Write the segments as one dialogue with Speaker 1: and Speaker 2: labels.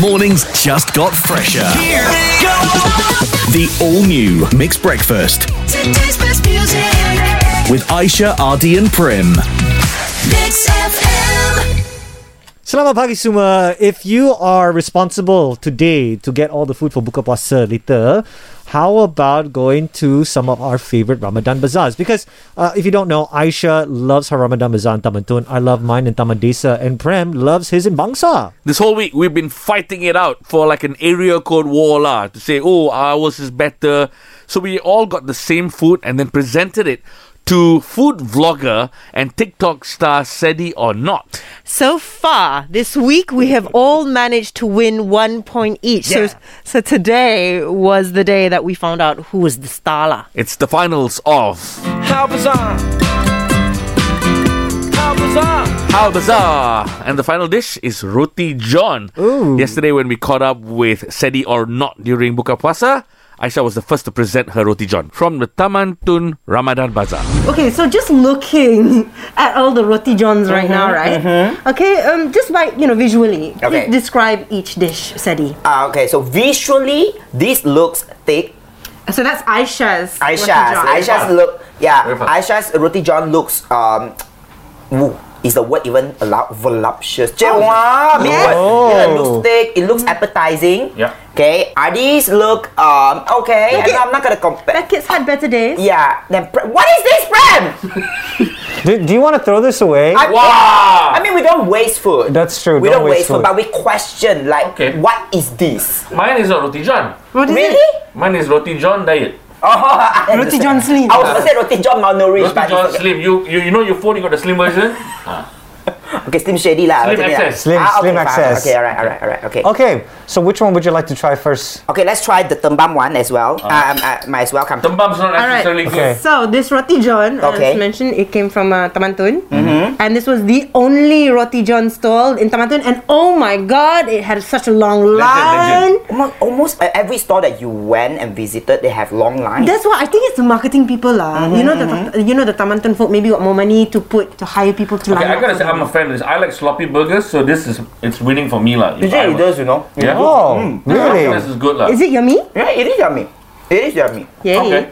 Speaker 1: Mornings just got fresher. The all new Mixed Breakfast
Speaker 2: Today's best music.
Speaker 1: with Aisha, Ardy, and Prim.
Speaker 2: Mix FM.
Speaker 3: Selamat pagi semua. If you are responsible today to get all the food for Buka Puasa later, how about going to some of our favorite Ramadan bazaars? Because uh, if you don't know, Aisha loves her Ramadan bazaar in Taman Tun. I love mine in Taman Desa. And Prem loves his in Bangsa.
Speaker 4: This whole week we've been fighting it out for like an area code war lah to say, oh, ours is better. So we all got the same food and then presented it to food vlogger and TikTok star Sedi or not.
Speaker 5: So far this week, we have all managed to win one point each. So, so today was the day that we found out who was the star. lah.
Speaker 4: It's the finals of
Speaker 6: How bizarre! How bizarre!
Speaker 4: Al Bazaar. And the final dish is Roti John. Yesterday, when we caught up with Sedi or not during Buka Puasa, Aisha was the first to present her Roti John from the Taman Tun Ramadan Bazaar.
Speaker 7: Okay, so just looking at all the roti johns
Speaker 5: Mm-hmm,
Speaker 7: right now, right? Okay, um, just by you know visually, please
Speaker 8: Okay.
Speaker 7: describe each dish, Sadi.
Speaker 8: Ah, okay, so visually, this looks thick.
Speaker 7: So that's Aisha's. roti
Speaker 8: Aisha's,
Speaker 7: john.
Speaker 8: Aisha's look, yeah, Aisha's roti john looks, um, ooh, is the word even allowed? Voluptuous. Jewa, big word. Yeah, it looks thick, it looks appetizing.
Speaker 4: Yeah.
Speaker 8: Okay, Adi's look, um, okay,
Speaker 7: Okay.
Speaker 8: I'm not gonna compare.
Speaker 7: That kid's had better days.
Speaker 8: Yeah, then, Pre- what is this, Prem?
Speaker 3: Do, do you want to throw this away?
Speaker 8: I-
Speaker 4: Wow!
Speaker 8: I mean, we don't waste food.
Speaker 3: That's true,
Speaker 8: We
Speaker 3: don't
Speaker 8: don't,
Speaker 3: waste
Speaker 8: waste food,
Speaker 3: food.
Speaker 8: but we question, like,
Speaker 4: Okay.
Speaker 8: what is this?
Speaker 4: Mine is not Roti John.
Speaker 7: What is
Speaker 8: Really?
Speaker 7: it?
Speaker 4: Mine is Roti John diet.
Speaker 8: Oh, I
Speaker 7: Roti
Speaker 8: understand.
Speaker 7: john slim.
Speaker 8: I was gonna say roti john malnourished,
Speaker 4: Roti
Speaker 8: but it's
Speaker 4: John
Speaker 8: okay.
Speaker 4: Slim. You, you you know your phone, you got the slim version?
Speaker 8: Okay, Slim Shady lah.
Speaker 4: Slim
Speaker 8: macam ni lah.
Speaker 4: Access.
Speaker 3: Slim-
Speaker 8: okay,
Speaker 3: Slim
Speaker 8: fine.
Speaker 3: Access.
Speaker 8: Okay, alright, alright, alright. Okay. okay.
Speaker 3: Okay, so which one would you like to try first?
Speaker 8: let's try the Tembam one as well. Um, uh, might as well come.
Speaker 4: Tembam's not
Speaker 7: right.
Speaker 4: necessarily
Speaker 3: Okay.
Speaker 7: So this roti john,
Speaker 8: Okay.
Speaker 7: as mentioned, it came from uh, Tamantun,
Speaker 4: Mm-hmm.
Speaker 7: and this was the only roti john stall in Tamantun. And oh my god, it had such a long line.
Speaker 4: legend.
Speaker 8: Almost, almost uh, every store that you went and visited, they have long lines.
Speaker 7: That's why I think it's the marketing people lah.
Speaker 4: Mm-hmm,
Speaker 7: you know the you know the Tamantan folk maybe got more money to put to hire people to
Speaker 4: Okay, I
Speaker 7: line up
Speaker 4: gotta
Speaker 7: for
Speaker 4: say, I'm a
Speaker 7: them.
Speaker 4: fan of this. I like sloppy burgers, so this is it's winning for me, lah. If I
Speaker 8: Usually it
Speaker 4: was-
Speaker 8: does, you know.
Speaker 4: Yeah.
Speaker 3: Oh, really?
Speaker 4: This is good, lah.
Speaker 7: Is it yummy?
Speaker 8: Yeah, it is yummy. It is yummy.
Speaker 7: Yay.
Speaker 4: Okay.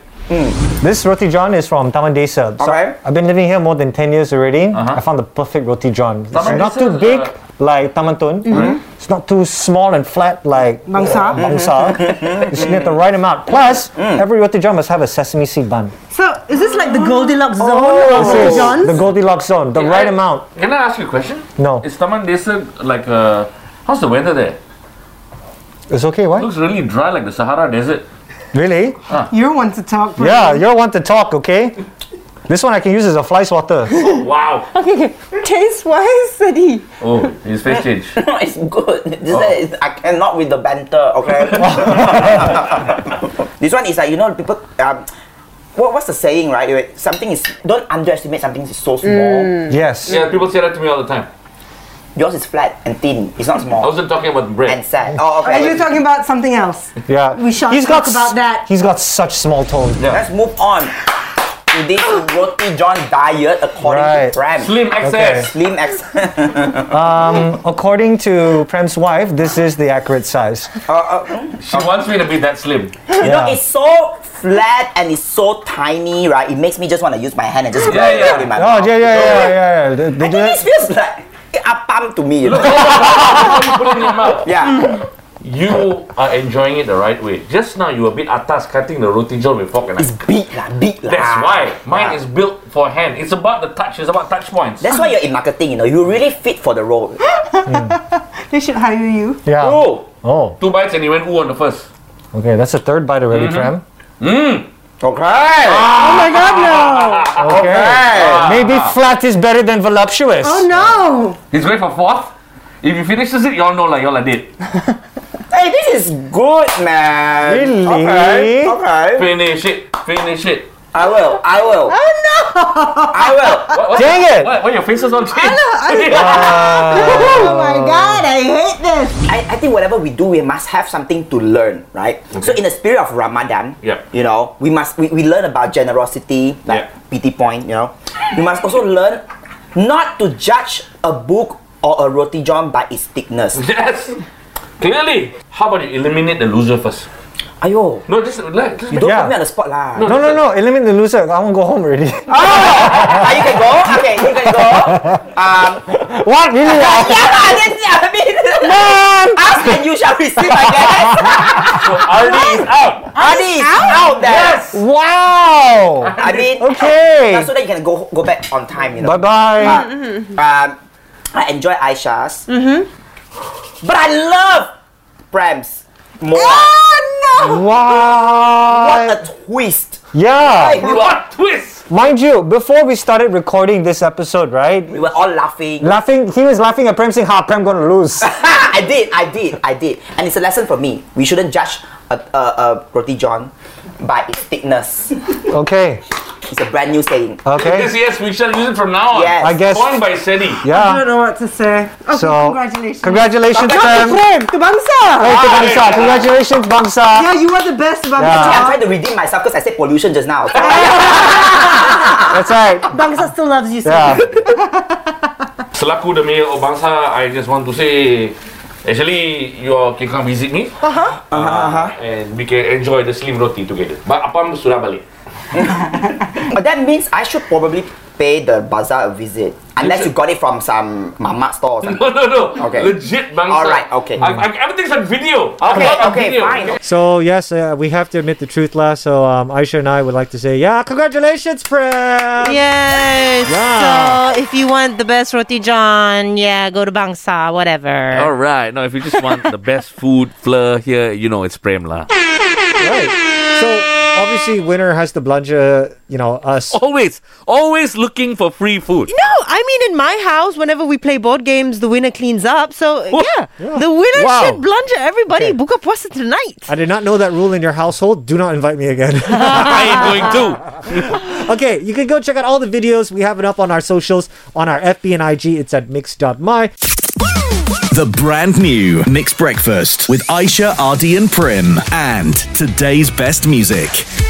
Speaker 3: This roti john is from Taman Desa. So
Speaker 8: Alright.
Speaker 3: I've been living here more than 10 years already. I found the perfect roti john. It's
Speaker 4: Taman
Speaker 3: not
Speaker 4: Desa
Speaker 3: too
Speaker 4: is,
Speaker 3: big
Speaker 4: uh,
Speaker 3: like Taman Tun. It's not too small and flat like
Speaker 7: Bangsa.
Speaker 3: Bangsa. you just need the right amount. Plus, every roti john must have a sesame seed bun.
Speaker 7: So is this like the
Speaker 4: Oh.
Speaker 7: Goldilocks zone of
Speaker 3: This
Speaker 7: Roti
Speaker 3: is
Speaker 7: John's?
Speaker 3: the Goldilocks zone, the
Speaker 4: Yeah,
Speaker 3: right
Speaker 4: I-
Speaker 3: amount.
Speaker 4: Can I ask you a question?
Speaker 3: No.
Speaker 4: Is Taman Desa like uh, how's the weather there?
Speaker 3: It's okay, what?
Speaker 4: looks really dry, like the Sahara Desert.
Speaker 3: Really?
Speaker 7: you want to talk? bro.
Speaker 3: Yeah, you're one to talk, okay? This one I can use as a fly swatter.
Speaker 4: Wow.
Speaker 7: Okay, okay. Taste wise, Sadi.
Speaker 4: Oh, his face change.
Speaker 8: No, it's good. This one is, I cannot with the banter, okay? this one is like, you know, people. Um, what, what's the saying, right? Wait, Something is. Don't underestimate something is so small.
Speaker 3: yes.
Speaker 4: yeah, people say that to me all the time.
Speaker 8: Yours is flat and thin. It's not
Speaker 4: I
Speaker 8: small.
Speaker 4: wasn't talking about
Speaker 8: and
Speaker 4: bread.
Speaker 8: sad. Oh, okay.
Speaker 7: Are you talking about something else?
Speaker 3: Yeah.
Speaker 7: We shall talk
Speaker 3: s-
Speaker 7: about that.
Speaker 3: He's got such small tone.
Speaker 8: Let's move on to this roti john diet according
Speaker 3: Right.
Speaker 8: to Prem.
Speaker 4: Slim access.
Speaker 8: Slim X.
Speaker 3: According to Prem's wife, this is the accurate size.
Speaker 4: She wants me to be that slim.
Speaker 8: You know,
Speaker 3: Yeah.
Speaker 8: it's so flat and it's so tiny, right? It makes me just want to use my hand and just
Speaker 4: Yeah,
Speaker 8: grab
Speaker 4: yeah.
Speaker 8: it in my
Speaker 3: Oh
Speaker 8: mouth.
Speaker 3: yeah, yeah, yeah, yeah. yeah. They, they do
Speaker 8: This
Speaker 3: that.
Speaker 8: feels like apam to me, you know?
Speaker 4: You put it in your mouth.
Speaker 8: yeah.
Speaker 4: You are enjoying it the right way. Just now you were a bit atas cutting the roti john with fork and
Speaker 8: It's
Speaker 4: knife.
Speaker 8: big, lah, big. lah.
Speaker 4: That's why mine
Speaker 8: Yeah.
Speaker 4: is built for hand. It's about the touch. It's about touch points.
Speaker 8: That's why you're in marketing, you know. You really fit for the role.
Speaker 7: They should hire you.
Speaker 3: Yeah.
Speaker 4: oh,
Speaker 3: Oh,
Speaker 4: two bites and he went ooh on the first.
Speaker 3: okay. That's the third bite already, Prem.
Speaker 8: Okay.
Speaker 7: Oh my god, no!
Speaker 3: Okay. Maybe flat is better than voluptuous.
Speaker 7: Oh no!
Speaker 4: He's going for fourth. If he finishes it, y'all know like y'all are dead.
Speaker 8: Hey, this is good, man.
Speaker 3: Really?
Speaker 8: Okay. Okay.
Speaker 4: Finish it. Finish it.
Speaker 8: I will. I will.
Speaker 7: Oh no!
Speaker 8: I will.
Speaker 4: What, what,
Speaker 3: Dang it!
Speaker 4: What, what your faces all change?
Speaker 7: Oh my
Speaker 3: Uh,
Speaker 7: god, I hate this!
Speaker 8: I, I think whatever we do, we must have something to learn, right? So in the spirit of Ramadan,
Speaker 4: Yeah.
Speaker 8: you know, we must we, we learn about generosity, like
Speaker 4: Yeah.
Speaker 8: pity point, you know. we must also learn not to judge a book or a roti john by its thickness.
Speaker 4: Yes. Clearly. How about you eliminate the loser first?
Speaker 8: Ayo,
Speaker 4: No, just like. Just
Speaker 8: you don't
Speaker 3: Yeah.
Speaker 8: put me on the spot lah.
Speaker 3: No, no, no. Eliminate the loser. I want to go home already.
Speaker 8: Ah, you can go. Okay, you can go. Um,
Speaker 3: what? Really? Ah,
Speaker 8: yeah, lah, then, yeah, I mean, ask and you shall receive, I guess.
Speaker 4: Arnie is out.
Speaker 8: Adi is out there.
Speaker 3: wow.
Speaker 8: I mean,
Speaker 3: Okay.
Speaker 8: that's so that you can go go back on time, you know.
Speaker 3: Bye bye.
Speaker 8: Um, I enjoy Aisha's. But I love Prams more.
Speaker 3: Oh, Wow.
Speaker 8: What a twist.
Speaker 3: Yeah.
Speaker 8: Like, we, were,
Speaker 4: Plot twist.
Speaker 3: Mind you, before we started recording this episode, right?
Speaker 8: we were all laughing.
Speaker 3: Laughing, he was laughing at Prem saying, "Ha, Prem gonna lose."
Speaker 8: I did, I did, I did. And it's a lesson for me. We shouldn't judge a, a, a roti john by its thickness.
Speaker 3: okay,
Speaker 8: It's a brand new saying.
Speaker 4: Yes,
Speaker 3: okay,
Speaker 4: yes, we shall use it from now on.
Speaker 8: Yes.
Speaker 3: I guess.
Speaker 4: Coined by Sedi.
Speaker 7: I
Speaker 3: yeah.
Speaker 7: don't know what to say. Okay,
Speaker 3: uh, So,
Speaker 7: congratulations.
Speaker 3: congratulations,
Speaker 7: Not to
Speaker 3: Prem.
Speaker 7: Prem, to Bangsa.
Speaker 3: Hey, to Bangsa. Congratulations, Bangsa.
Speaker 7: Yeah, you are the best
Speaker 8: Actually, I'm
Speaker 7: Bangsa.
Speaker 8: trying to redeem myself because I said pollution just now.
Speaker 3: That's right.
Speaker 7: Bangsa still loves you so
Speaker 3: Yeah.
Speaker 4: Selaku demi Obangsa, I just want to say, actually, you all can come visit me. Uh-huh.
Speaker 8: Uh-huh.
Speaker 4: And we can enjoy the slim roti together. But Apam sudah balik.
Speaker 8: But that means I should probably pay the bazaar a visit. Unless you got it from some mamak store or something.
Speaker 4: No, no, no.
Speaker 8: Okay.
Speaker 4: Legit bangsa.
Speaker 8: Alright, okay.
Speaker 4: I, I, everything's on video.
Speaker 8: Okay,
Speaker 4: Upload on
Speaker 8: okay,
Speaker 4: video.
Speaker 8: fine.
Speaker 3: So yes, uh, we have to admit the truth, lah. So um, Aisha and I would like to say, yeah, congratulations, Prem.
Speaker 5: Yes.
Speaker 3: Yeah.
Speaker 5: So if you want the best roti john, yeah, go to Bangsa, whatever.
Speaker 3: Oh.
Speaker 4: All right. Now, if you just want the best food flair here, you know it's Prem lah.
Speaker 3: So obviously, winner has to plunge, uh, you know, us.
Speaker 7: Oh.
Speaker 4: Always, always looking for free food.
Speaker 5: No, I mean in my house, whenever we play board games, the winner cleans up. So yeah, the winner
Speaker 3: Wow.
Speaker 5: should blunder everybody. Book up puasa tonight.
Speaker 3: I did not know that rule in your household. Do not invite me again.
Speaker 4: I am going to.
Speaker 3: okay, you can go check out all the videos. We have it up on our socials, on our FB and IG. It's at mix.my.
Speaker 1: The brand new Mixed Breakfast with Aisha, Ardy, and Prim. And today's best music.